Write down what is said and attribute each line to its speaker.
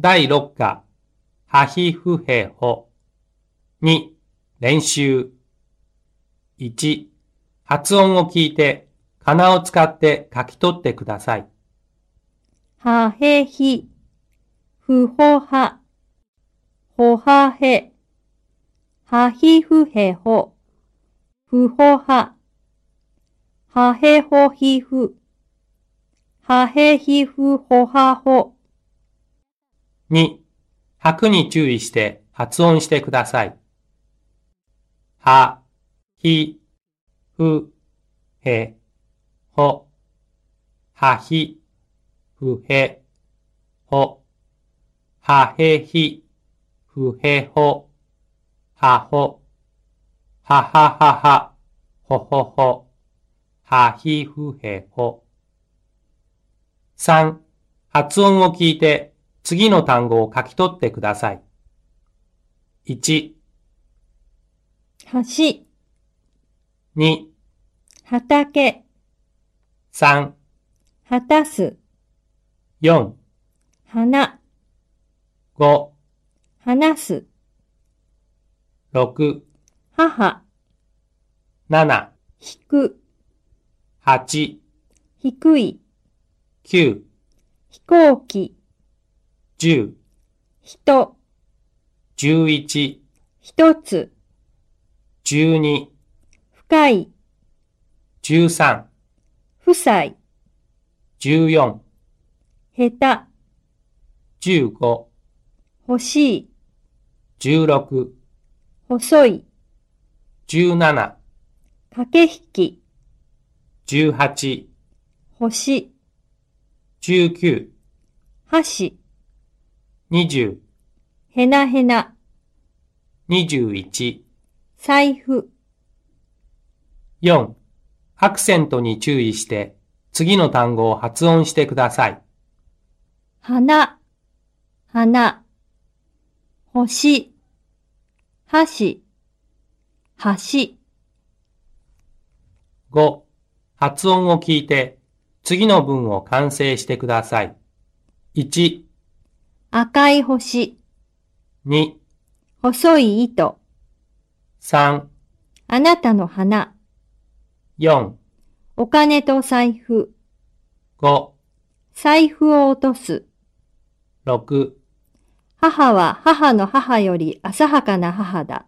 Speaker 1: 第6課、はひふへほ。2、練習。1、発音を聞いて、仮名を使って書き取ってください。
Speaker 2: はへひ、ふほは、ほはへ、はひふへほ、ふほは、はへほひふ、はへひふほはほ、
Speaker 1: 2、拍に注意して発音してください。は、ひ、ふ、へ、ほ。はひ、ふへ、ほ。はへひ、ふへほ。はほ。はははは、ほほほ。はひふへほ。3. 発音を聞いて次の単語を書き取ってください。1、
Speaker 2: はし、
Speaker 1: 2、
Speaker 2: はたけ、
Speaker 1: 3、
Speaker 2: はたす、
Speaker 1: 4、
Speaker 2: はな、
Speaker 1: 5、
Speaker 2: はなす、
Speaker 1: 6、
Speaker 2: はは、
Speaker 1: 7、
Speaker 2: ひく、
Speaker 1: 8、
Speaker 2: ひくい、
Speaker 1: 9、
Speaker 2: ひこうき、
Speaker 1: 10、
Speaker 2: ひと、
Speaker 1: 11、
Speaker 2: ひとつ、
Speaker 1: 12、
Speaker 2: 深い、
Speaker 1: 13、
Speaker 2: 夫妻、
Speaker 1: 14、
Speaker 2: へた、
Speaker 1: 15、
Speaker 2: 欲しい、
Speaker 1: 16、
Speaker 2: 細い、
Speaker 1: 17、
Speaker 2: 駆け引き、
Speaker 1: 18、
Speaker 2: 星、
Speaker 1: 19、
Speaker 2: 箸、
Speaker 1: 20、
Speaker 2: へなへな、
Speaker 1: 21、
Speaker 2: 財布、
Speaker 1: 4。アクセントに注意して、次の単語を発音してください。
Speaker 2: 花、花、星、箸、箸、
Speaker 1: 5. 発音を聞いて、次の文を完成してください。1、
Speaker 2: 赤い星、
Speaker 1: 2、
Speaker 2: 細い糸、
Speaker 1: 3、
Speaker 2: あなたの花、
Speaker 1: 4、
Speaker 2: お金と財布、
Speaker 1: 5、
Speaker 2: 財布を落とす。
Speaker 1: 6、
Speaker 2: 母は母の母より浅はかな母だ。